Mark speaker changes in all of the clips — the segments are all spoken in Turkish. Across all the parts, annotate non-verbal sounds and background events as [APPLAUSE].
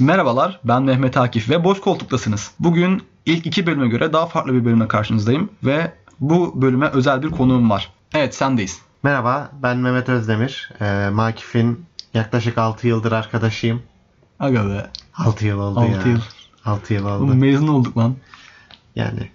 Speaker 1: Merhabalar, ben Mehmet Akif ve Boş Koltuk'tasınız. Bugün ilk iki bölüme göre daha farklı bir bölümle karşınızdayım ve bu bölüme özel bir konuğum var. Evet, sendeyiz.
Speaker 2: Merhaba, ben Mehmet Özdemir. Ee, Makif'in yaklaşık 6 yıldır arkadaşıyım.
Speaker 1: Aga be,
Speaker 2: 6 yıl oldu
Speaker 1: 6
Speaker 2: ya.
Speaker 1: yıl.
Speaker 2: 6 yıl
Speaker 1: Oğlum
Speaker 2: oldu.
Speaker 1: mezun olduk lan.
Speaker 2: Yani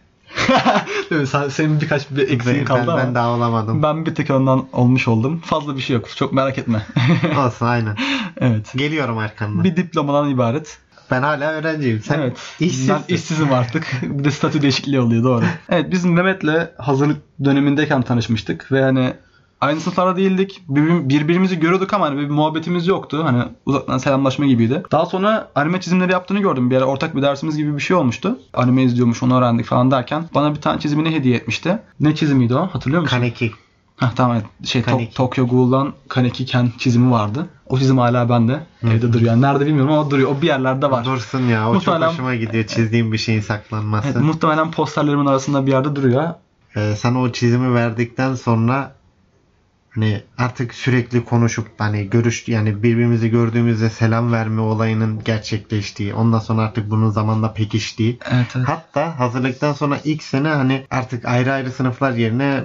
Speaker 1: [LAUGHS] Değil mi? Sen, senin birkaç bir eksiğin
Speaker 2: ben,
Speaker 1: kaldı
Speaker 2: ben,
Speaker 1: ama.
Speaker 2: ben daha olamadım.
Speaker 1: Ben bir tek ondan olmuş oldum. Fazla bir şey yok. Çok merak etme. [LAUGHS]
Speaker 2: [LAUGHS] Olsun aynen.
Speaker 1: evet.
Speaker 2: Geliyorum arkandan.
Speaker 1: Bir diplomadan ibaret.
Speaker 2: Ben hala öğrenciyim. Sen
Speaker 1: evet.
Speaker 2: işsizsin.
Speaker 1: Ben işsizim artık. [LAUGHS] bir de statü değişikliği oluyor doğru. Evet biz Mehmet'le hazırlık dönemindeyken tanışmıştık ve hani aynı sınıflarda değildik. Birbir- birbirimizi görüyorduk ama hani bir muhabbetimiz yoktu. Hani uzaktan selamlaşma gibiydi. Daha sonra anime çizimleri yaptığını gördüm. Bir ara ortak bir dersimiz gibi bir şey olmuştu. Anime izliyormuş onu öğrendik falan derken bana bir tane çizimini hediye etmişti. Ne çizimiydi o? Hatırlıyor musun?
Speaker 2: Kaneki.
Speaker 1: Hah tamam evet. şey Tok-
Speaker 2: Kaneki.
Speaker 1: Tokyo Ghoul'dan Kaneki Ken çizimi vardı. O çizim hala bende. Evde duruyor. Yani nerede bilmiyorum ama duruyor. O bir yerlerde var.
Speaker 2: Dursun ya o
Speaker 1: Muhtemelen-
Speaker 2: çok hoşuma gidiyor çizdiğim bir şeyin saklanması.
Speaker 1: Evet, muhtemelen posterlerimin arasında bir yerde duruyor.
Speaker 2: Ee, sana o çizimi verdikten sonra hani artık sürekli konuşup hani görüş yani birbirimizi gördüğümüzde selam verme olayının gerçekleştiği ondan sonra artık bunun zamanla pekiştiği
Speaker 1: Evet, evet.
Speaker 2: hatta hazırlıktan sonra ilk sene hani artık ayrı ayrı sınıflar yerine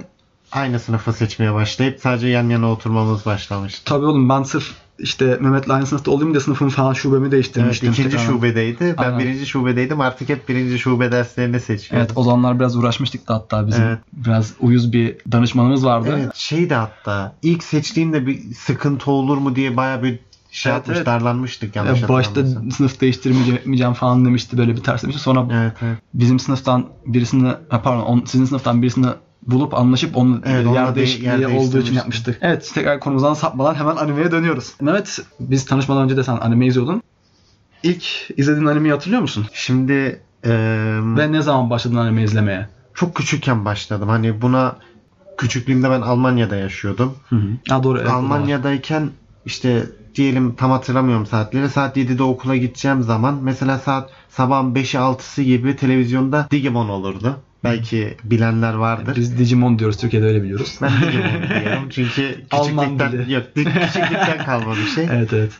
Speaker 2: aynı sınıfı seçmeye başlayıp sadece yan yana oturmamız başlamıştı.
Speaker 1: Tabii oğlum ben sırf işte Mehmet'le aynı sınıfta olayım diye sınıfımı falan şubemi
Speaker 2: Evet,
Speaker 1: değiştirmiştim.
Speaker 2: ikinci
Speaker 1: Tekrar.
Speaker 2: şubedeydi. Ben
Speaker 1: Aynen.
Speaker 2: birinci şubedeydim. Artık hep birinci şube derslerini seçiyordum.
Speaker 1: Evet o zamanlar biraz uğraşmıştık da hatta bizim.
Speaker 2: Evet.
Speaker 1: Biraz uyuz bir danışmanımız vardı.
Speaker 2: Evet şey de hatta ilk seçtiğinde bir sıkıntı olur mu diye baya bir şey
Speaker 1: Evet,
Speaker 2: yapmış
Speaker 1: evet.
Speaker 2: darlanmıştık
Speaker 1: Ya
Speaker 2: yanlış
Speaker 1: başta
Speaker 2: hatırlamıyorsam.
Speaker 1: sınıf değiştirmeyeceğim falan demişti böyle bir ters demişti. Sonra
Speaker 2: Evet evet.
Speaker 1: bizim sınıftan birisini ha, pardon on- sizin sınıftan birisini bulup anlaşıp onun
Speaker 2: Evet, onunla
Speaker 1: yer
Speaker 2: de-
Speaker 1: değişikliği
Speaker 2: yer
Speaker 1: olduğu için
Speaker 2: değiştirmiştim.
Speaker 1: yapmıştık. Evet tekrar konumuzdan sapmadan hemen animeye dönüyoruz. Mehmet biz tanışmadan önce de sen anime izliyordun. İlk izlediğin animeyi hatırlıyor musun?
Speaker 2: Şimdi eee,
Speaker 1: Ve ne zaman başladın anime izlemeye?
Speaker 2: çok küçükken başladım. Hani buna küçüklüğümde ben Almanya'da yaşıyordum.
Speaker 1: Hı hı. Ha doğru. evet, o da var.
Speaker 2: Almanya'dayken işte diyelim tam hatırlamıyorum saatleri. Saat 7'de okula gideceğim zaman mesela saat sabahın 5'i 6'sı gibi televizyonda Digimon olurdu. Belki bilenler vardır.
Speaker 1: Biz Digimon diyoruz Türkiye'de öyle biliyoruz.
Speaker 2: Ben Digimon diyorum çünkü
Speaker 1: Alman
Speaker 2: küçüklükten,
Speaker 1: dili.
Speaker 2: yok, küçüklükten kalma bir şey.
Speaker 1: [LAUGHS] [LAUGHS] evet evet.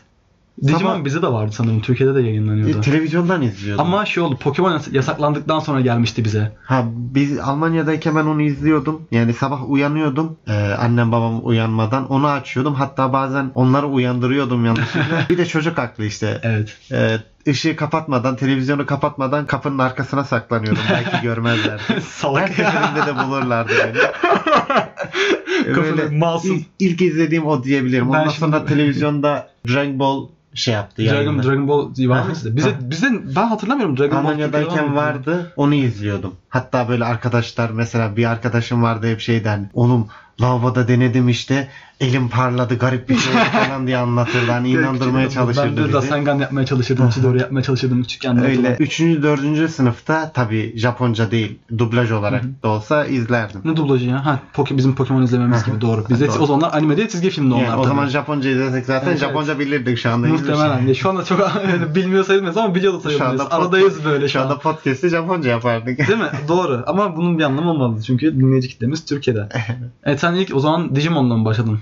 Speaker 1: Digimon
Speaker 2: Ama-
Speaker 1: bize de vardı sanırım. Türkiye'de de yayınlanıyordu.
Speaker 2: E, televizyondan izliyordum.
Speaker 1: Ama şey oldu. Pokemon yas- yasaklandıktan sonra gelmişti bize.
Speaker 2: ha biz Almanya'dayken ben onu izliyordum. Yani sabah uyanıyordum. Ee, annem babam uyanmadan onu açıyordum. Hatta bazen onları
Speaker 1: [LAUGHS]
Speaker 2: uyandırıyordum yanlışlıkla. bir de çocuk aklı işte.
Speaker 1: Evet.
Speaker 2: Ee, ışığı kapatmadan, televizyonu kapatmadan kapının arkasına saklanıyordum.
Speaker 1: [LAUGHS]
Speaker 2: Belki görmezlerdi.
Speaker 1: [LAUGHS]
Speaker 2: Her
Speaker 1: Salak.
Speaker 2: seferinde de bulurlardı
Speaker 1: [LAUGHS]
Speaker 2: beni. E,
Speaker 1: Kafada masum.
Speaker 2: ilk, ilk izlediğim o diyebilirim.
Speaker 1: Ben
Speaker 2: Ondan
Speaker 1: şimdi-
Speaker 2: sonra televizyonda Dragon Ball şey yaptı
Speaker 1: Dragon,
Speaker 2: yayında.
Speaker 1: Dragon Ball var mı
Speaker 2: Aha,
Speaker 1: sizde? Bize, bize, ben hatırlamıyorum Dragon Ball Türkiye'de var
Speaker 2: Almanya'dayken
Speaker 1: mıydı?
Speaker 2: vardı. Onu izliyordum. Hatta böyle arkadaşlar mesela bir arkadaşım vardı hep şeyden. Oğlum lavaboda denedim işte. Elim parladı garip bir şey [LAUGHS] oldu" falan diye anlatırdı. Hani inandırmaya çalışırdı
Speaker 1: şey Ben de
Speaker 2: bizi.
Speaker 1: Rasengan yapmaya çalışırdım. Chidori yapmaya çalışırdım küçükken. de
Speaker 2: Öyle.
Speaker 1: hatırlıyorum.
Speaker 2: 3. 4. sınıfta tabi Japonca değil dublaj olarak da olsa izlerdim.
Speaker 1: Ne dublajı ya? Ha, Poke, bizim Pokemon izlememiz gibi doğru. Bizde
Speaker 2: Doğru.
Speaker 1: o zamanlar anime değil çizgi filmdi onlar.
Speaker 2: Yani o
Speaker 1: tabii.
Speaker 2: zaman Japonca izlesek zaten
Speaker 1: Evet,
Speaker 2: Japonca bilirdik şu anda.
Speaker 1: Muhtemelen. Ya Şu anda çok [LAUGHS] bilmiyor sayılmaz ama biliyor da
Speaker 2: Şu
Speaker 1: sayılmaz.
Speaker 2: anda pod-
Speaker 1: Aradayız böyle şu
Speaker 2: Şu
Speaker 1: anda.
Speaker 2: anda podcast'i Japonca
Speaker 1: [LAUGHS]
Speaker 2: yapardık.
Speaker 1: Değil mi? Doğru. Ama bunun bir anlamı olmalı. Çünkü dinleyici kitlemiz Türkiye'de. evet sen ilk o zaman Digimon'la mı başladın?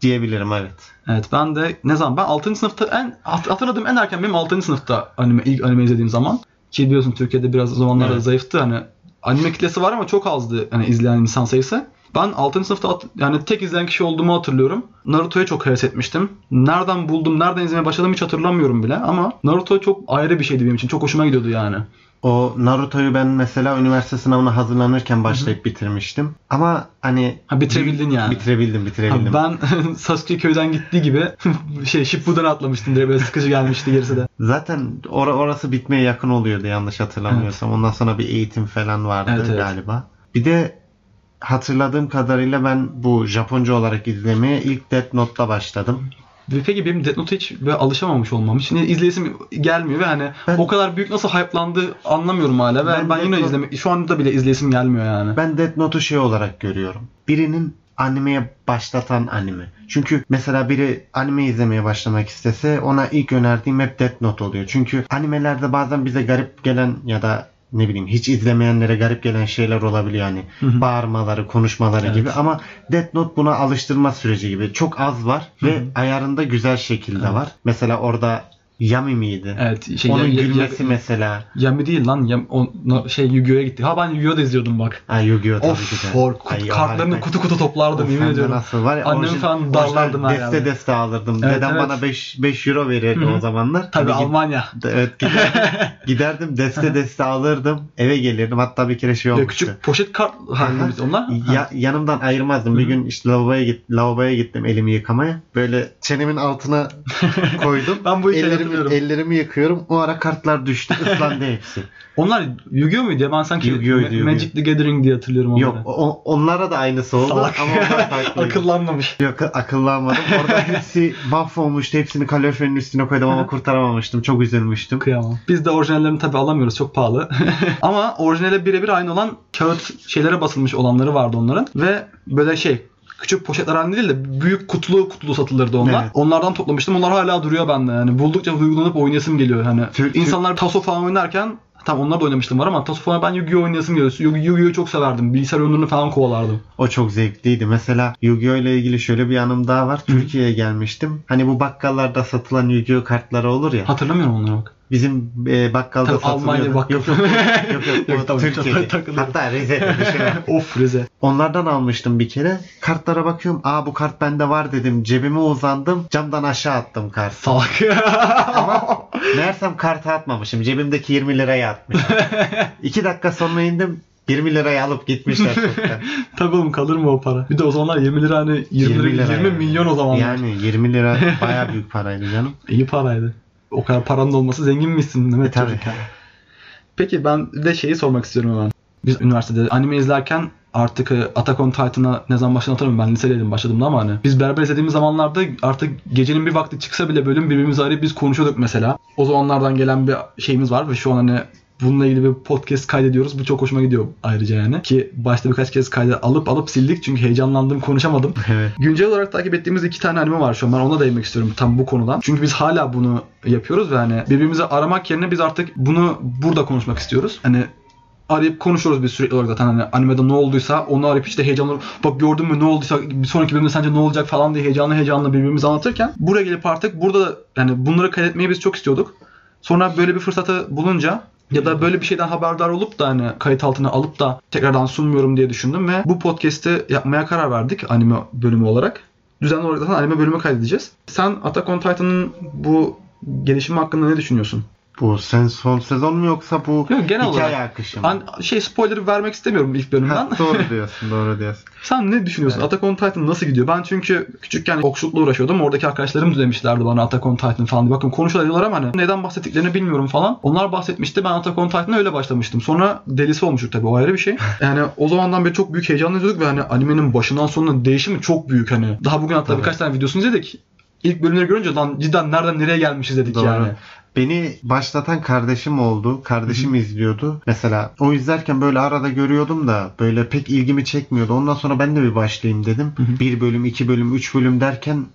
Speaker 2: Diyebilirim evet.
Speaker 1: Evet ben de ne zaman? Ben 6. sınıfta en hat- hatırladığım en erken benim 6. sınıfta anime ilk anime izlediğim zaman ki biliyorsun Türkiye'de biraz o zamanlarda
Speaker 2: Evet.
Speaker 1: zayıftı hani anime kitlesi var ama çok azdı hani izleyen insan sayısı. Ben 6. sınıfta at- yani tek izleyen kişi olduğumu hatırlıyorum. Naruto'ya çok heves etmiştim. Nereden buldum, nereden izlemeye başladım hiç hatırlamıyorum bile ama Naruto çok ayrı bir şeydi benim için. Çok hoşuma gidiyordu yani.
Speaker 2: O Naruto'yu ben mesela üniversite sınavına hazırlanırken başlayıp bitirmiştim. Ama hani
Speaker 1: Ha bitirebildin yani.
Speaker 2: bitirebildim
Speaker 1: Ha,
Speaker 2: bitirebildim.
Speaker 1: ben [LAUGHS] Sasuke köyden gittiği gibi [LAUGHS] şey Shippuden atlamıştım direkt böyle sıkıcı gelmişti gerisi de.
Speaker 2: Zaten or- orası bitmeye yakın oluyordu yanlış hatırlamıyorsam. Ondan sonra bir eğitim falan vardı
Speaker 1: Evet, evet.
Speaker 2: galiba. Bir de hatırladığım kadarıyla ben bu Japonca olarak izlemeye ilk Death Note'la başladım.
Speaker 1: Ve Peki benim Death Note'a hiç böyle alışamamış olmam. Şimdi izleyesim gelmiyor ve hani
Speaker 2: Ben-
Speaker 1: o kadar büyük nasıl hype'landı anlamıyorum hala. Ve
Speaker 2: Ben
Speaker 1: ben,
Speaker 2: Death
Speaker 1: yine
Speaker 2: Note-
Speaker 1: izleme şu anda bile izleyesim gelmiyor yani.
Speaker 2: Ben Death Note'u şey olarak görüyorum. Birinin animeye başlatan anime. Çünkü mesela biri anime izlemeye başlamak istese ona ilk önerdiğim hep Death Note oluyor. Çünkü animelerde bazen bize garip gelen ya da ne bileyim hiç izlemeyenlere garip gelen şeyler olabiliyor hani
Speaker 1: hı.
Speaker 2: bağırmaları, konuşmaları
Speaker 1: Evet.
Speaker 2: gibi ama Death Note buna alıştırma süreci gibi çok az var
Speaker 1: Hı
Speaker 2: ve
Speaker 1: hı.
Speaker 2: ayarında güzel şekilde var. Mesela orada Yami miydi?
Speaker 1: Evet şey
Speaker 2: Onun
Speaker 1: ya- ya-
Speaker 2: gülmesi
Speaker 1: ya-
Speaker 2: mesela.
Speaker 1: Yami değil lan. Yam, o, no- şey Yu-Gi-Oh'ya gitti. Ha ben Yu-Gi-Oh da izliyordum bak.
Speaker 2: Ay Yu-Gi-Oh tabii
Speaker 1: Of
Speaker 2: ki de.
Speaker 1: for kut-
Speaker 2: Ay,
Speaker 1: kartlarını
Speaker 2: harika.
Speaker 1: kutu kutu toplardım
Speaker 2: Of,
Speaker 1: yemin
Speaker 2: hem de
Speaker 1: ediyorum.
Speaker 2: Nasıl var ya,
Speaker 1: Annemi
Speaker 2: orijin-
Speaker 1: falan darlardım
Speaker 2: orijin
Speaker 1: her
Speaker 2: Deste
Speaker 1: yerde.
Speaker 2: deste alırdım.
Speaker 1: Evet,
Speaker 2: Dedem
Speaker 1: evet.
Speaker 2: bana 5 5 euro verirdi
Speaker 1: Hı hı.
Speaker 2: o zamanlar.
Speaker 1: Tabii
Speaker 2: Tabii ki-
Speaker 1: Almanya.
Speaker 2: Evet giderdim,
Speaker 1: [LAUGHS]
Speaker 2: giderdim deste deste alırdım eve gelirdim hatta bir kere şey
Speaker 1: Ya
Speaker 2: olmuştu.
Speaker 1: küçük poşet kart hani biz onlar. mı?
Speaker 2: Ya, yanımdan ayırmazdım. Bir
Speaker 1: Hı.
Speaker 2: gün işte lavaboya, git, lavaboya gittim elimi yıkamaya. Böyle
Speaker 1: [LAUGHS]
Speaker 2: çenemin altına koydum.
Speaker 1: Ben bu işleri hatırlıyorum.
Speaker 2: ellerimi, ellerimi yıkıyorum. O ara kartlar düştü. ıslandı hepsi.
Speaker 1: Onlar Yu-Gi-Oh muydu ya? Ben sanki
Speaker 2: Yu-Gi-Oh'ydu,
Speaker 1: Ma-
Speaker 2: Yu-Gi-Oh.
Speaker 1: Magic the Gathering diye hatırlıyorum onları.
Speaker 2: Yok o- onlara da aynısı oldu.
Speaker 1: Salak.
Speaker 2: Ama
Speaker 1: [LAUGHS]
Speaker 2: onlar farklıydı.
Speaker 1: Akıllanmamış.
Speaker 2: Yok akıllanmadım.
Speaker 1: [LAUGHS]
Speaker 2: Orada hepsi mahvolmuştu. Hepsini kaloriferin üstüne koydum ama kurtaramamıştım. Çok üzülmüştüm.
Speaker 1: Kıyamam. Biz de orijinallerini tabi alamıyoruz çok pahalı. [LAUGHS] Ama orijinale birebir aynı olan kağıt şeylere basılmış olanları vardı onların. Ve böyle şey küçük poşetler halinde değil de büyük kutlu kutlu satılırdı onlar.
Speaker 2: Evet.
Speaker 1: Onlardan toplamıştım. Onlar hala duruyor bende yani. Buldukça duygulanıp oynayasım geliyor hani.
Speaker 2: Tür-
Speaker 1: İnsanlar taso falan oynarken tam onlar da oynamıştım var ama taso falan ben Yu-Gi-Oh oynayasım geliyor. Yu- Yu-Gi-Oh'yu çok severdim. Bilgisayar oyunlarını falan
Speaker 2: [LAUGHS]
Speaker 1: kovalardım.
Speaker 2: O çok zevkliydi. Mesela Yu-Gi-Oh ile ilgili şöyle bir anım daha var. Türkiye'ye gelmiştim. Hani bu bakkallarda satılan Yu-Gi-Oh kartları olur ya.
Speaker 1: Hatırlamıyorum onları
Speaker 2: [LAUGHS]
Speaker 1: bak.
Speaker 2: Bizim e, bakkalda
Speaker 1: Tabii
Speaker 2: satılıyordu.
Speaker 1: Almanya bakkal. [LAUGHS]
Speaker 2: Yok yok. yok, yok,
Speaker 1: Yok,
Speaker 2: o
Speaker 1: tabii,
Speaker 2: Türkiye'de.
Speaker 1: tabii, takılıyorum.
Speaker 2: Hatta Rize'de bir
Speaker 1: [LAUGHS]
Speaker 2: şey var.
Speaker 1: Of Rize.
Speaker 2: Onlardan almıştım bir kere. Kartlara bakıyorum. Aa bu kart bende var dedim. Cebime uzandım. Camdan aşağı attım kartı.
Speaker 1: Salak. [LAUGHS]
Speaker 2: Ama meğersem kartı atmamışım. Cebimdeki 20
Speaker 1: [LAUGHS]
Speaker 2: liraya atmışım. 2 dakika sonra indim. 20 liraya alıp
Speaker 1: [LAUGHS]
Speaker 2: gitmişler çoktan.
Speaker 1: Tabii oğlum kalır mı o para? Bir de o zamanlar 20 lira hani 20, 20,
Speaker 2: yani.
Speaker 1: milyon o zamanlar.
Speaker 2: Yani 20 lira baya büyük paraydı canım.
Speaker 1: [LAUGHS] İyi paraydı. O kadar paranın olması zengin misin Mehmet
Speaker 2: Tabii.
Speaker 1: çocuk ya? E, Peki ben bir de şeyi sormak istiyorum hemen. Biz üniversitede anime izlerken artık e, Attack on Titan'a ne zaman başladığını hatırlamıyorum. Ben lisedeydim başladığımda ama hani. Biz beraber izlediğimiz zamanlarda artık gecenin bir vakti çıksa bile bölüm birbirimizi arayıp biz konuşuyorduk mesela. O zamanlardan gelen bir şeyimiz var ve şu an hani bununla ilgili bir podcast kaydediyoruz. Bu çok hoşuma gidiyor ayrıca yani. Ki başta birkaç kez kayda alıp alıp sildik çünkü heyecanlandım konuşamadım.
Speaker 2: Evet.
Speaker 1: Güncel olarak takip ettiğimiz iki tane anime var şu an. Ben ona değinmek istiyorum tam bu konudan. Çünkü biz hala bunu yapıyoruz ve hani birbirimizi aramak yerine biz artık bunu burada konuşmak istiyoruz. Hani arayıp konuşuyoruz biz sürekli olarak zaten hani animede ne olduysa onu arayıp işte heyecanlı bak gördün mü ne olduysa bir sonraki bölümde sence ne olacak falan diye heyecanlı heyecanlı birbirimizi anlatırken buraya gelip artık burada da yani bunları kaydetmeyi biz çok istiyorduk. Sonra böyle bir fırsatı bulunca ya da böyle bir şeyden haberdar olup da hani kayıt altına alıp da tekrardan sunmuyorum diye düşündüm ve bu podcast'i yapmaya karar verdik anime bölümü olarak. Düzenli olarak zaten anime bölümü kaydedeceğiz. Sen Attack on Titan'ın bu gelişimi hakkında ne düşünüyorsun?
Speaker 2: Bu sen son sezon mu yoksa bu
Speaker 1: Yok, genel
Speaker 2: hikaye
Speaker 1: olarak.
Speaker 2: akışı mı?
Speaker 1: An- şey spoiler vermek istemiyorum ilk bölümden.
Speaker 2: Ha, doğru diyorsun doğru diyorsun.
Speaker 1: Sen ne düşünüyorsun?
Speaker 2: Evet.
Speaker 1: Attack on Titan nasıl gidiyor? Ben çünkü küçükken okçulukla uğraşıyordum. Oradaki arkadaşlarım demişlerdi bana Attack on Titan falan. diye. Bakın konuşuyorlar diyorlar ama hani neden bahsettiklerini bilmiyorum falan. Onlar bahsetmişti. Ben Attack on Titan'a öyle başlamıştım. Sonra delisi olmuştuk tabii o ayrı bir
Speaker 2: [LAUGHS]
Speaker 1: şey. Yani o zamandan beri çok büyük heyecanla izliyorduk ve hani animenin başından sonuna değişimi çok büyük hani. Daha bugün hatta
Speaker 2: Tabii.
Speaker 1: birkaç tane videosunu izledik. İlk bölümleri görünce lan cidden nereden nereye gelmişiz dedik
Speaker 2: Doğru.
Speaker 1: yani.
Speaker 2: Beni başlatan kardeşim oldu. Kardeşim izliyordu. Mesela o izlerken böyle arada görüyordum da böyle pek ilgimi çekmiyordu. Ondan sonra ben de bir başlayayım dedim.
Speaker 1: hı.
Speaker 2: Bir bölüm, iki bölüm, üç bölüm derken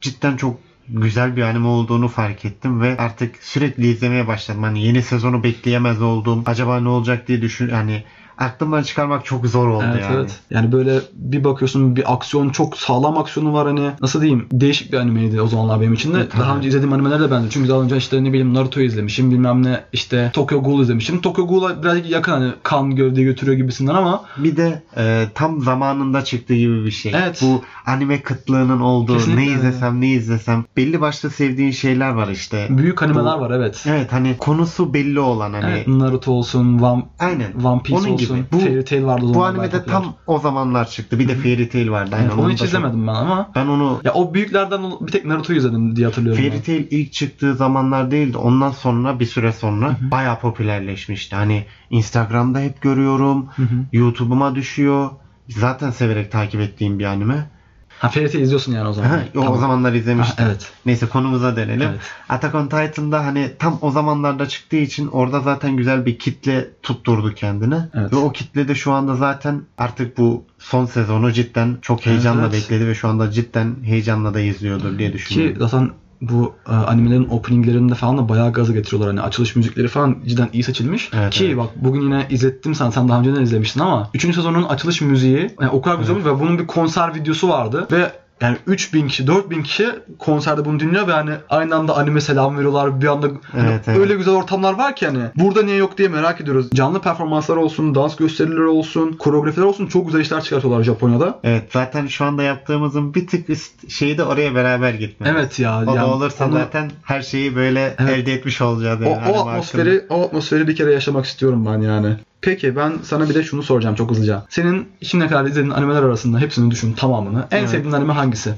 Speaker 2: cidden çok güzel bir anime olduğunu fark ettim ve artık sürekli izlemeye başladım. Hani yeni sezonu bekleyemez oldum. Acaba ne olacak diye düşün hani aklımdan çıkarmak çok zor oldu
Speaker 1: Evet
Speaker 2: yani.
Speaker 1: evet. Yani böyle bir bakıyorsun bir aksiyon çok sağlam aksiyonu var hani nasıl diyeyim değişik bir animeydi o zamanlar benim için de.
Speaker 2: Evet,
Speaker 1: daha
Speaker 2: tabii.
Speaker 1: önce izlediğim animeler de benziyor. Çünkü daha önce işte ne bileyim Naruto izlemişim bilmem ne işte Tokyo Ghoul izlemişim. Tokyo Ghoul'a birazcık yakın hani kan gövde götürüyor gibisinden ama
Speaker 2: Bir de e, tam zamanında çıktığı gibi bir şey.
Speaker 1: Evet.
Speaker 2: Bu anime kıtlığının olduğu
Speaker 1: Kesinlikle
Speaker 2: ne
Speaker 1: öyle.
Speaker 2: izlesem ne izlesem belli başlı sevdiğin şeyler var işte.
Speaker 1: büyük animeler
Speaker 2: Bu-
Speaker 1: var evet.
Speaker 2: Evet hani konusu belli olan hani.
Speaker 1: Evet, Naruto olsun, One,
Speaker 2: Aynen.
Speaker 1: One Piece
Speaker 2: Onun
Speaker 1: olsun,
Speaker 2: gibi. Bu,
Speaker 1: bu, Fairy Tail vardı o
Speaker 2: bu
Speaker 1: zamanlar
Speaker 2: animede
Speaker 1: popüler.
Speaker 2: tam o zamanlar çıktı. Bir de Fairy Tail vardı. Aynen.
Speaker 1: Evet, onu
Speaker 2: Onun
Speaker 1: hiç
Speaker 2: da çok-
Speaker 1: izlemedim ben ama.
Speaker 2: Ben onu
Speaker 1: Ya o büyüklerden bir tek Naruto'yu izledim diye hatırlıyorum. ben.
Speaker 2: Fairy Tail ilk çıktığı zamanlar değildi. Ondan sonra bir süre sonra bayağı popülerleşmişti. Hani Instagram'da hep görüyorum.
Speaker 1: Hı hı.
Speaker 2: YouTube'uma düşüyor. Zaten severek takip ettiğim bir anime.
Speaker 1: Ha Fairy Tail izliyorsun yani o zaman.
Speaker 2: Aha, o,
Speaker 1: Tamam.
Speaker 2: zamanlar
Speaker 1: Ha,
Speaker 2: izlemiştim.
Speaker 1: evet.
Speaker 2: Neyse konumuza dönelim.
Speaker 1: Evet.
Speaker 2: Attack on Titan'da hani tam o zamanlarda çıktığı için orada zaten güzel bir kitle tutturdu kendini.
Speaker 1: Evet.
Speaker 2: Ve o kitle de şu anda zaten artık bu son sezonu cidden çok heyecanla
Speaker 1: Evet, evet.
Speaker 2: bekledi ve şu anda cidden heyecanla da izliyordur diye
Speaker 1: Ki
Speaker 2: düşünüyorum.
Speaker 1: zaten bu e, animelerin openinglerinde falan da bayağı gaza getiriyorlar. Hani açılış müzikleri falan cidden iyi seçilmiş.
Speaker 2: Evet,
Speaker 1: Ki
Speaker 2: evet.
Speaker 1: bak bugün yine izlettim sana. Sen daha önceden izlemiştin ama 3. sezonun açılış müziği yani o kadar güzel olmuş ve bunun bir konser videosu vardı ve yani 3000 kişi 4000 kişi konserde bunu dinliyor ve hani aynı anda anime selam veriyorlar bir anda hani
Speaker 2: Evet, evet.
Speaker 1: öyle güzel ortamlar var ki hani burada niye yok diye merak ediyoruz. Canlı performanslar olsun, dans gösterileri olsun, koreografiler olsun çok güzel işler çıkartıyorlar Japonya'da.
Speaker 2: Evet zaten şu anda yaptığımızın bir tık üst şeyi de oraya beraber gitme.
Speaker 1: Evet ya.
Speaker 2: O
Speaker 1: yani
Speaker 2: da olursa
Speaker 1: onu-
Speaker 2: zaten her şeyi böyle
Speaker 1: Evet.
Speaker 2: elde etmiş olacağız.
Speaker 1: O,
Speaker 2: Yani
Speaker 1: o
Speaker 2: Hani araba hakkında.
Speaker 1: atmosferi, o atmosferi bir kere yaşamak istiyorum ben yani. Peki ben sana bir de şunu soracağım çok hızlıca. Senin şimdiye kadar izlediğin animeler arasında hepsini düşün tamamını. En
Speaker 2: Evet.
Speaker 1: sevdiğin anime hangisi?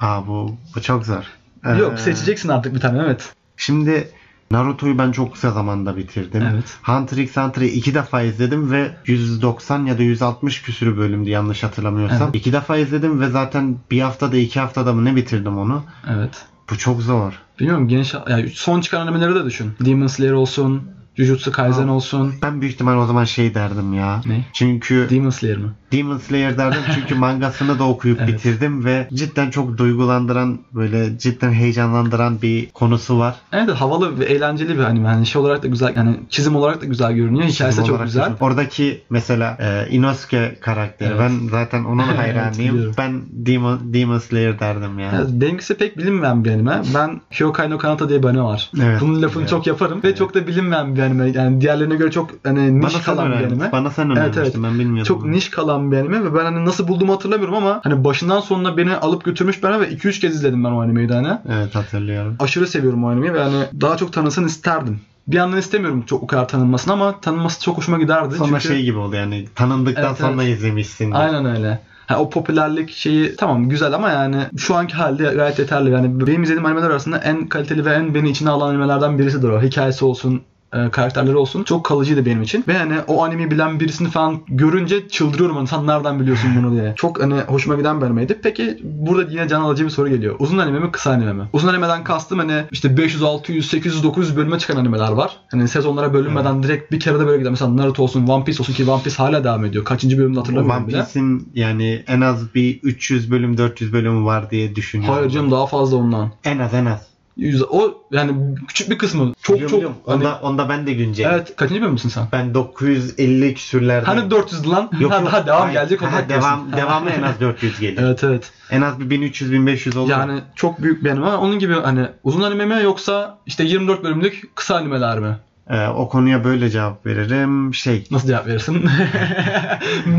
Speaker 2: Aa bu, bu çok zor. Ee,
Speaker 1: Yok seçeceksin artık bir tane evet.
Speaker 2: Şimdi Naruto'yu ben çok kısa zamanda bitirdim.
Speaker 1: Evet.
Speaker 2: Hunter x Hunter'ı iki defa izledim ve 190 ya da 160 küsürü bölümdü yanlış hatırlamıyorsam.
Speaker 1: Evet.
Speaker 2: İki defa izledim ve zaten bir haftada iki haftada mı ne bitirdim onu.
Speaker 1: Evet.
Speaker 2: Bu çok zor.
Speaker 1: Bilmiyorum geniş yani son çıkan animeleri de düşün. Demon Slayer olsun, Jujutsu Kaisen
Speaker 2: Tamam.
Speaker 1: olsun.
Speaker 2: Ben büyük ihtimal o zaman şey derdim ya.
Speaker 1: Ne?
Speaker 2: Çünkü
Speaker 1: Demon Slayer mi?
Speaker 2: Demon Slayer derdim çünkü mangasını da okuyup
Speaker 1: [LAUGHS] Evet.
Speaker 2: bitirdim ve cidden çok duygulandıran böyle cidden heyecanlandıran bir konusu var.
Speaker 1: Evet havalı ve eğlenceli bir anime. Yani şey olarak da güzel yani çizim olarak da güzel görünüyor. Hikayesi de
Speaker 2: Olarak
Speaker 1: çok
Speaker 2: da
Speaker 1: güzel.
Speaker 2: çok- Oradaki mesela e, Inosuke karakteri.
Speaker 1: Evet.
Speaker 2: Ben zaten onun
Speaker 1: [LAUGHS] Evet,
Speaker 2: hayranıyım.
Speaker 1: biliyorum.
Speaker 2: ben Demon, Demon Slayer derdim yani.
Speaker 1: Evet, benimkisi pek bilinmeyen bir anime. Ben Hyokai no Kanata diye bir anime var.
Speaker 2: Evet.
Speaker 1: Bunun lafını
Speaker 2: Evet.
Speaker 1: çok yaparım ve
Speaker 2: Evet.
Speaker 1: çok da bilinmeyen bir anime. Yani diğerlerine göre çok hani
Speaker 2: Bana
Speaker 1: niş
Speaker 2: sen,
Speaker 1: kalan bir
Speaker 2: önermiştin.
Speaker 1: anime.
Speaker 2: Bana sen
Speaker 1: Evet,
Speaker 2: önermiştin. Ben bilmiyordum.
Speaker 1: Çok niş kalan bir anime ve ben hani nasıl bulduğumu hatırlamıyorum ama hani başından sonuna beni alıp götürmüş bana ve 2-3 kez izledim ben o animeyi de hani.
Speaker 2: Evet hatırlıyorum.
Speaker 1: Aşırı seviyorum o animeyi ve hani daha çok tanınsın isterdim. Bir yandan istemiyorum çok o kadar tanınmasını ama tanınması çok hoşuma giderdi.
Speaker 2: Sonra
Speaker 1: çünkü...
Speaker 2: şey gibi oldu yani tanındıktan
Speaker 1: Evet,
Speaker 2: sonra izlemişsin.
Speaker 1: Aynen öyle. Ha, o popülerlik şeyi tamam güzel ama yani şu anki halde gayet yeterli. Yani benim izlediğim animeler arasında en kaliteli ve en beni içine alan animelerden birisidir o. Hikayesi olsun, e, karakterleri olsun. Çok kalıcıydı benim için. Ve hani o animeyi bilen birisini falan görünce çıldırıyorum. Hani sen nereden biliyorsun bunu diye. Çok hani hoşuma giden bir animeydi. Peki burada yine can alıcı bir soru geliyor. Uzun anime mi kısa anime mi? Uzun animeden kastım hani işte 500, 600, 800, 900 bölüme çıkan animeler var. Hani sezonlara bölünmeden direkt bir kere de böyle gider. Mesela Naruto olsun, One Piece olsun ki One Piece hala devam ediyor. Kaçıncı bölümde hatırlamıyorum
Speaker 2: One
Speaker 1: bile.
Speaker 2: Piece'in yani en az bir 300 bölüm 400 bölümü var diye düşünüyorum.
Speaker 1: Hayır canım daha fazla ondan.
Speaker 2: En az en az.
Speaker 1: Yüz- O yani küçük bir kısmı. Çok
Speaker 2: Biliyorum,
Speaker 1: çok.
Speaker 2: biliyorum.
Speaker 1: Hani,
Speaker 2: Onda, onda ben de güncel.
Speaker 1: evet kaçıncı bölümsün sen?
Speaker 2: Ben 950 küsürlerde.
Speaker 1: Hani 400 lan. ha, [LAUGHS] daha devam
Speaker 2: Hayır.
Speaker 1: gelecek. onu
Speaker 2: Ha,
Speaker 1: bekliyorsun.
Speaker 2: devam, devamı en az 400 geliyor.
Speaker 1: [LAUGHS] Evet evet.
Speaker 2: En az bir 1300-1500 olur.
Speaker 1: Yani çok büyük bir anime. Onun gibi hani uzun anime mi yoksa işte 24 bölümlük kısa animeler mi?
Speaker 2: Ee, o konuya böyle cevap veririm. Şey
Speaker 1: Nasıl cevap
Speaker 2: [LAUGHS]
Speaker 1: verirsin?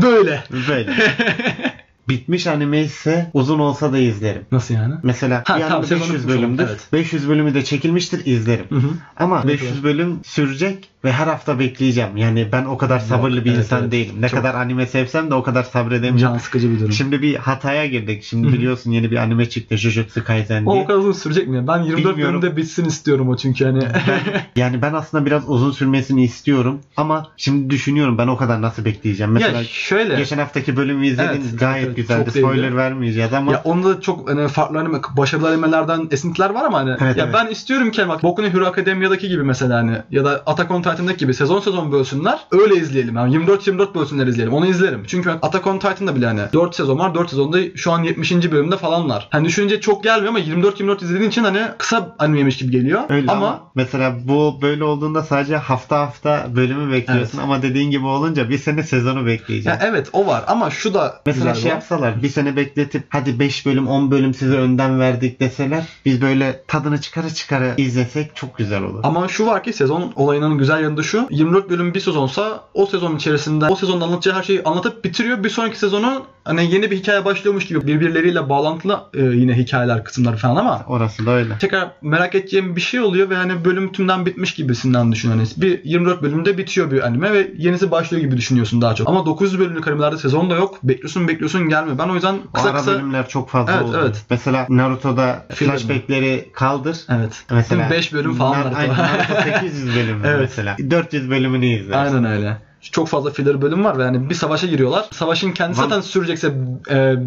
Speaker 1: Böyle. [LAUGHS]
Speaker 2: böyle. Bitmiş anime ise uzun olsa da izlerim.
Speaker 1: Nasıl yani?
Speaker 2: Mesela
Speaker 1: Ha,
Speaker 2: bir
Speaker 1: tamam,
Speaker 2: anime
Speaker 1: sen onu
Speaker 2: 500
Speaker 1: unutmuş oldun,
Speaker 2: bölümdür.
Speaker 1: evet.
Speaker 2: 500 bölümü de çekilmiştir izlerim.
Speaker 1: Hı hı.
Speaker 2: Ama
Speaker 1: Evet,
Speaker 2: 500 bölüm sürecek ve her hafta bekleyeceğim. Yani ben o kadar sabırlı bir
Speaker 1: evet,
Speaker 2: insan
Speaker 1: evet.
Speaker 2: değilim. Ne
Speaker 1: Çok-
Speaker 2: kadar anime sevsem de o kadar sabredemeyeceğim.
Speaker 1: Can sıkıcı bir durum.
Speaker 2: Şimdi bir hataya girdik.
Speaker 1: Hı
Speaker 2: Şimdi
Speaker 1: hı.
Speaker 2: biliyorsun yeni bir anime çıktı Jujutsu Kaisen
Speaker 1: O,
Speaker 2: diye.
Speaker 1: o kadar uzun sürecek mi? ya? Ben 24
Speaker 2: Bilmiyorum.
Speaker 1: bölümde bitsin istiyorum o çünkü hani.
Speaker 2: Yani ben aslında biraz uzun sürmesini istiyorum ama şimdi düşünüyorum ben o kadar nasıl bekleyeceğim. Mesela
Speaker 1: ya şöyle.
Speaker 2: geçen haftaki bölümü izledin
Speaker 1: Evet,
Speaker 2: gayet
Speaker 1: evet,
Speaker 2: güzeldi.
Speaker 1: çok değildi.
Speaker 2: Spoiler vermeyeceğiz ama
Speaker 1: Ya onda da çok hani farklı anime, başarılı animelerden esintiler var ama hani
Speaker 2: Evet,
Speaker 1: ya
Speaker 2: evet.
Speaker 1: ben istiyorum ki bak Boku no Hero Academia'daki gibi mesela hani ya da Attack on Titan'daki gibi sezon sezon bölsünler öyle izleyelim. Yani 24 24 bölsünler izleyelim. Onu izlerim. Çünkü ben Attack on Titan'da bile hani 4 sezon var. 4 sezonda şu an 70. bölümde falanlar. Hani düşünce çok gelmiyor ama 24 24 izlediğin için hani kısa animeymiş gibi geliyor.
Speaker 2: öyle ama,
Speaker 1: ama,
Speaker 2: mesela bu böyle olduğunda sadece hafta hafta bölümü bekliyorsun ama dediğin gibi olunca bir sene sezonu bekleyeceğim.
Speaker 1: ya evet o var ama şu da
Speaker 2: Mesela
Speaker 1: güzel
Speaker 2: şey
Speaker 1: bu.
Speaker 2: yapsalar bir sene bekletip hadi 5 bölüm 10 bölüm size önden verdik deseler biz böyle tadını çıkara çıkara izlesek çok güzel olur.
Speaker 1: Ama şu var ki sezon olayının güzel yanı da şu. 24 bölüm bir sezonsa o sezon içerisinde o sezonda anlatacağı her şeyi anlatıp bitiriyor. Bir sonraki sezonu hani yeni bir hikaye başlıyormuş gibi birbirleriyle bağlantılı e, yine hikayeler kısımları falan ama
Speaker 2: Orası da öyle.
Speaker 1: tekrar merak edeceğim bir şey oluyor ve hani bölüm tümden bitmiş gibisinden düşün. Hani bir 24 bölümde bitiyor bir anime ve yenisi başlıyor gibi düşünüyorsun daha çok. Ama 900 bölümlük animelerde sezon da yok. Bekliyorsun bekliyorsun gelmiyor. Ben o yüzden
Speaker 2: O
Speaker 1: kısa
Speaker 2: ara
Speaker 1: kısa...
Speaker 2: bölümler çok fazla
Speaker 1: Evet,
Speaker 2: oluyor.
Speaker 1: evet.
Speaker 2: Mesela Naruto'da
Speaker 1: Filler mi?
Speaker 2: flashbackleri kaldır.
Speaker 1: Evet.
Speaker 2: Mesela
Speaker 1: 5 bölüm falan
Speaker 2: Nar-
Speaker 1: var. [LAUGHS]
Speaker 2: Aynen, Naruto 800 bölüm
Speaker 1: Evet.
Speaker 2: mesela. 400 bölümünü izler.
Speaker 1: Aynen öyle. Çok fazla filler bölüm var ve yani bir savaşa giriyorlar. Savaşın kendisi
Speaker 2: Van-
Speaker 1: zaten sürecekse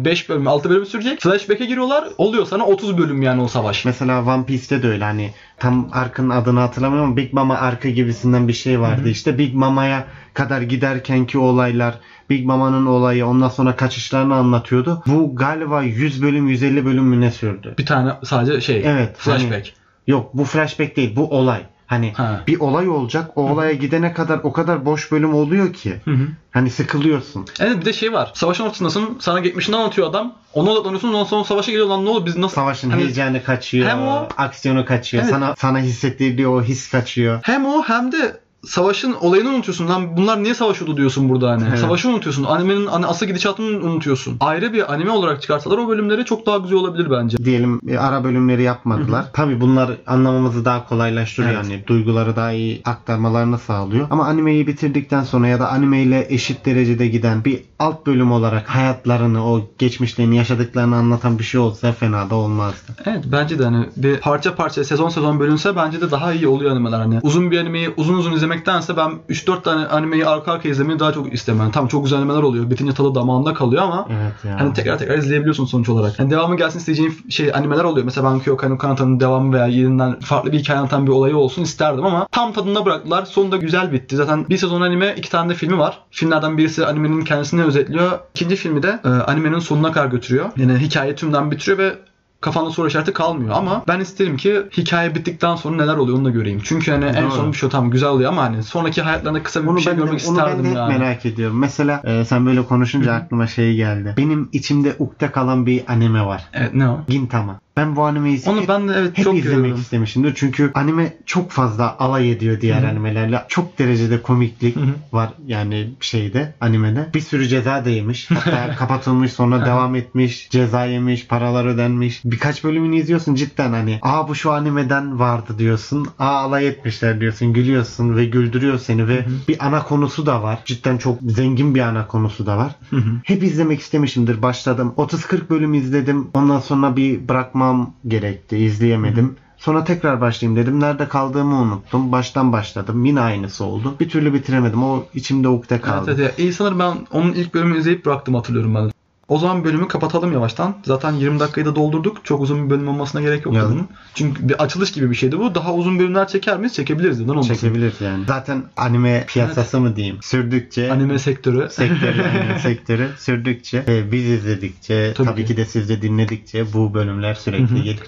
Speaker 1: 5 bölüm, 6 bölüm sürecek. Flashback'e giriyorlar. Oluyor sana 30 bölüm yani o savaş.
Speaker 2: Mesela One Piece'te de öyle hani tam arkın adını hatırlamıyorum ama Big Mama arkı gibisinden bir şey vardı. işte Big Mama'ya kadar giderkenki olaylar Big Mama'nın olayı ondan sonra kaçışlarını anlatıyordu. Bu galiba 100 bölüm 150 bölüm mü ne sürdü?
Speaker 1: Bir tane sadece şey.
Speaker 2: Evet,
Speaker 1: Flashback.
Speaker 2: Yok bu flashback değil bu olay. Hani
Speaker 1: Ha.
Speaker 2: bir olay olacak o olaya gidene kadar o kadar boş bölüm oluyor ki.
Speaker 1: Hı hı.
Speaker 2: Hani sıkılıyorsun.
Speaker 1: Evet bir de şey var. Savaşın ortasındasın. Sana geçmişini anlatıyor adam. Ona odaklanıyorsun. Ondan sonra savaşa geliyor lan ne oldu biz nasıl...
Speaker 2: Savaşın
Speaker 1: Hani-
Speaker 2: heyecanı kaçıyor.
Speaker 1: Hem o-
Speaker 2: aksiyonu kaçıyor.
Speaker 1: Evet.
Speaker 2: Sana sana hissettirdiği o his kaçıyor.
Speaker 1: Hem o hem de savaşın olayını unutuyorsun. Lan bunlar niye savaşıyordu diyorsun burada hani.
Speaker 2: Evet.
Speaker 1: Savaşı unutuyorsun. Animenin hani asıl gidişatını unutuyorsun. Ayrı bir anime olarak çıkarsalar o bölümleri çok daha güzel olabilir bence.
Speaker 2: diyelim e, ara bölümleri yapmadılar. Tabii bunlar anlamamızı daha kolaylaştırıyor
Speaker 1: Evet.
Speaker 2: yani duyguları daha iyi aktarmalarını sağlıyor. Ama animeyi bitirdikten sonra ya da animeyle eşit derecede giden bir alt bölüm olarak hayatlarını, o geçmişlerini, yaşadıklarını anlatan bir şey olsa fena da olmazdı.
Speaker 1: Evet bence de hani bir parça parça sezon sezon bölünse bence de daha iyi oluyor animeler hani. Uzun bir animeyi uzun uzun izlemektense ben 3-4 tane animeyi arka arkaya izlemeyi daha çok istemem. Yani Tam çok güzel animeler oluyor. Bitince tadı damağında kalıyor ama
Speaker 2: Evet ya.
Speaker 1: Hani tekrar tekrar izleyebiliyorsun sonuç olarak. Hani devamı gelsin isteyeceğin şey animeler oluyor. Mesela ben Kyokai no Kanata'nın devamı veya yeniden farklı bir hikaye anlatan bir olayı olsun isterdim ama tam tadında bıraktılar. Sonunda güzel bitti. Zaten bir sezon anime iki tane de filmi var. Filmlerden birisi animenin kendisini özetliyor. İkinci filmi de e, animenin sonuna kadar götürüyor. Yani hikaye tümden bitiriyor ve kafanda soru işareti kalmıyor ama ben isterim ki hikaye bittikten sonra neler oluyor onu da göreyim. Çünkü hani en
Speaker 2: Doğru.
Speaker 1: son bir şey tam güzel oluyor ama hani sonraki hayatlarında kısa bir
Speaker 2: onu
Speaker 1: şey
Speaker 2: ben, de-
Speaker 1: görmek
Speaker 2: onu ben
Speaker 1: isterdim
Speaker 2: de hep
Speaker 1: yani.
Speaker 2: merak ediyorum. Mesela e, sen böyle konuşunca aklıma şey geldi. Benim içimde ukde kalan bir anime var.
Speaker 1: Evet ne o?
Speaker 2: Gintama. Ben bu animeyi
Speaker 1: Onu ben de evet
Speaker 2: Hep
Speaker 1: çok
Speaker 2: izlemek
Speaker 1: görüyorum.
Speaker 2: istemişimdir. Çünkü anime çok fazla alay ediyor diğer
Speaker 1: Hı hı.
Speaker 2: animelerle. Çok derecede komiklik
Speaker 1: Hı hı.
Speaker 2: var yani şeyde animede. Bir sürü ceza da
Speaker 1: [LAUGHS]
Speaker 2: yemiş. Hatta kapatılmış sonra devam etmiş. Ceza yemiş. Paralar ödenmiş. Birkaç bölümünü izliyorsun cidden hani. Aa bu şu animeden vardı diyorsun. Aa alay etmişler diyorsun. Gülüyorsun ve güldürüyor seni ve bir ana konusu da var. Cidden çok zengin bir ana konusu da var.
Speaker 1: Hı hı.
Speaker 2: Hep izlemek istemişimdir. Başladım. 30-40 bölüm izledim. Ondan sonra bir bırakmam gerekti. İzleyemedim. Sonra tekrar başlayayım dedim. Nerede kaldığımı unuttum. Baştan başladım. Yine aynısı oldu. Bir türlü bitiremedim. O içimde ukde kaldı.
Speaker 1: Evet, evet. İyi sanırım ben onun ilk bölümünü izleyip bıraktım hatırlıyorum ben. O zaman bölümü kapatalım yavaştan. Zaten 20 dakikayı da doldurduk. Çok uzun bir bölüm olmasına gerek yok
Speaker 2: Yani.
Speaker 1: bunun. Çünkü bir açılış gibi bir şeydi bu. Daha uzun bölümler çeker miyiz? Çekebiliriz. Neden olmasın?
Speaker 2: Çekebilir yani. Zaten anime piyasası mı diyeyim? Sürdükçe
Speaker 1: Anime sektörü. [LAUGHS]
Speaker 2: sektörü, anime sektörü sürdükçe e, biz izledikçe
Speaker 1: Tabii
Speaker 2: tabii,
Speaker 1: ki.
Speaker 2: ki de siz de dinledikçe bu bölümler
Speaker 1: Hı hı.
Speaker 2: sürekli gelir.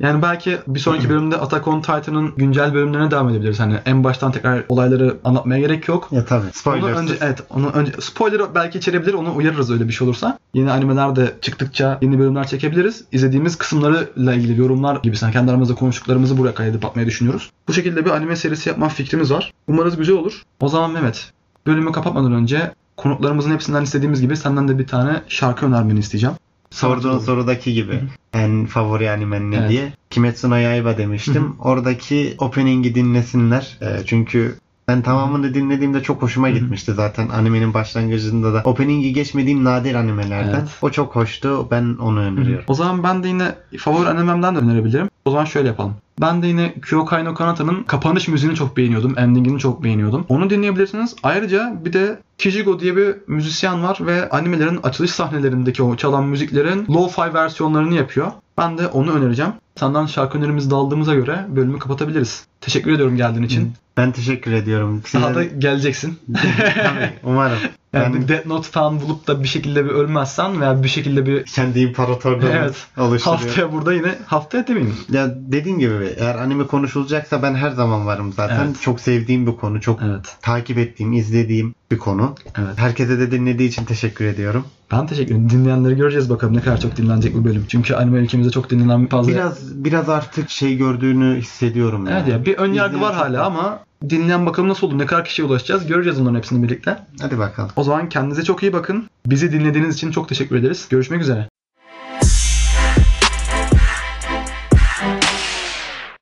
Speaker 1: Yani belki bir sonraki bölümde Attack on Titan'ın güncel bölümlerine devam edebiliriz. Hani en baştan tekrar olayları anlatmaya gerek yok.
Speaker 2: Ya tabii.
Speaker 1: Onu
Speaker 2: Spoilersız.
Speaker 1: önce evet onu önce spoiler belki içerebilir onu uyarırız öyle bir şey olursa. Yeni animeler de çıktıkça yeni bölümler çekebiliriz. İzlediğimiz kısımlarıyla ilgili yorumlar gibi sen kendi aramızda konuştuklarımızı buraya kaydedip atmayı düşünüyoruz. Bu şekilde bir anime serisi yapma fikrimiz var. Umarız güzel olur. O zaman Mehmet bölümü kapatmadan önce konuklarımızın hepsinden istediğimiz gibi senden de bir tane şarkı önermeni isteyeceğim.
Speaker 2: Sorduğun sorudaki gibi. en favori animen ne
Speaker 1: Evet.
Speaker 2: diye. Kimetsu no Yaiba demiştim. Oradaki opening'i dinlesinler. Ee, çünkü ben tamamını dinlediğimde çok hoşuma
Speaker 1: Hı hı.
Speaker 2: gitmişti zaten animenin başlangıcında da. Opening'i geçmediğim nadir animelerden.
Speaker 1: Evet.
Speaker 2: O çok hoştu. Ben onu öneriyorum.
Speaker 1: O zaman ben de yine favori animemden de önerebilirim. O zaman şöyle yapalım. Ben de yine Kyokai no Kanata'nın kapanış müziğini çok beğeniyordum. Endingini çok beğeniyordum. Onu dinleyebilirsiniz. Ayrıca bir de Kijigo diye bir müzisyen var ve animelerin açılış sahnelerindeki o çalan müziklerin lo-fi versiyonlarını yapıyor. Ben de onu önereceğim. Senden şarkı önerimizi de aldığımıza göre bölümü kapatabiliriz. Teşekkür ediyorum geldiğin için.
Speaker 2: Ben teşekkür ediyorum. Size-
Speaker 1: Daha da geleceksin.
Speaker 2: Tabii,
Speaker 1: [LAUGHS]
Speaker 2: umarım.
Speaker 1: Yani
Speaker 2: Ben
Speaker 1: bir Death Note falan bulup da bir şekilde bir ölmezsen veya bir şekilde bir
Speaker 2: kendi imparatorluğumu
Speaker 1: Evet.
Speaker 2: oluşturuyorum.
Speaker 1: haftaya burada yine haftaya demeyeyim.
Speaker 2: Ya dediğim gibi eğer anime konuşulacaksa ben her zaman varım zaten.
Speaker 1: Evet.
Speaker 2: Çok sevdiğim bir konu. Çok
Speaker 1: Evet.
Speaker 2: takip ettiğim, izlediğim bir konu.
Speaker 1: Evet.
Speaker 2: Herkese de dinlediği için teşekkür ediyorum.
Speaker 1: Ben teşekkür ederim. Dinleyenleri göreceğiz bakalım ne kadar çok dinlenecek bu bölüm. Çünkü anime ülkemizde çok dinlenen bir fazla.
Speaker 2: Biraz biraz artık şey gördüğünü hissediyorum ya.
Speaker 1: Evet ya bir ön yargı
Speaker 2: İzleyen
Speaker 1: var
Speaker 2: çok
Speaker 1: hala ama dinleyen bakalım nasıl olur, ne kadar kişiye ulaşacağız göreceğiz onların hepsini birlikte.
Speaker 2: Hadi bakalım.
Speaker 1: O zaman kendinize çok iyi bakın. Bizi dinlediğiniz için çok teşekkür ederiz. Görüşmek üzere.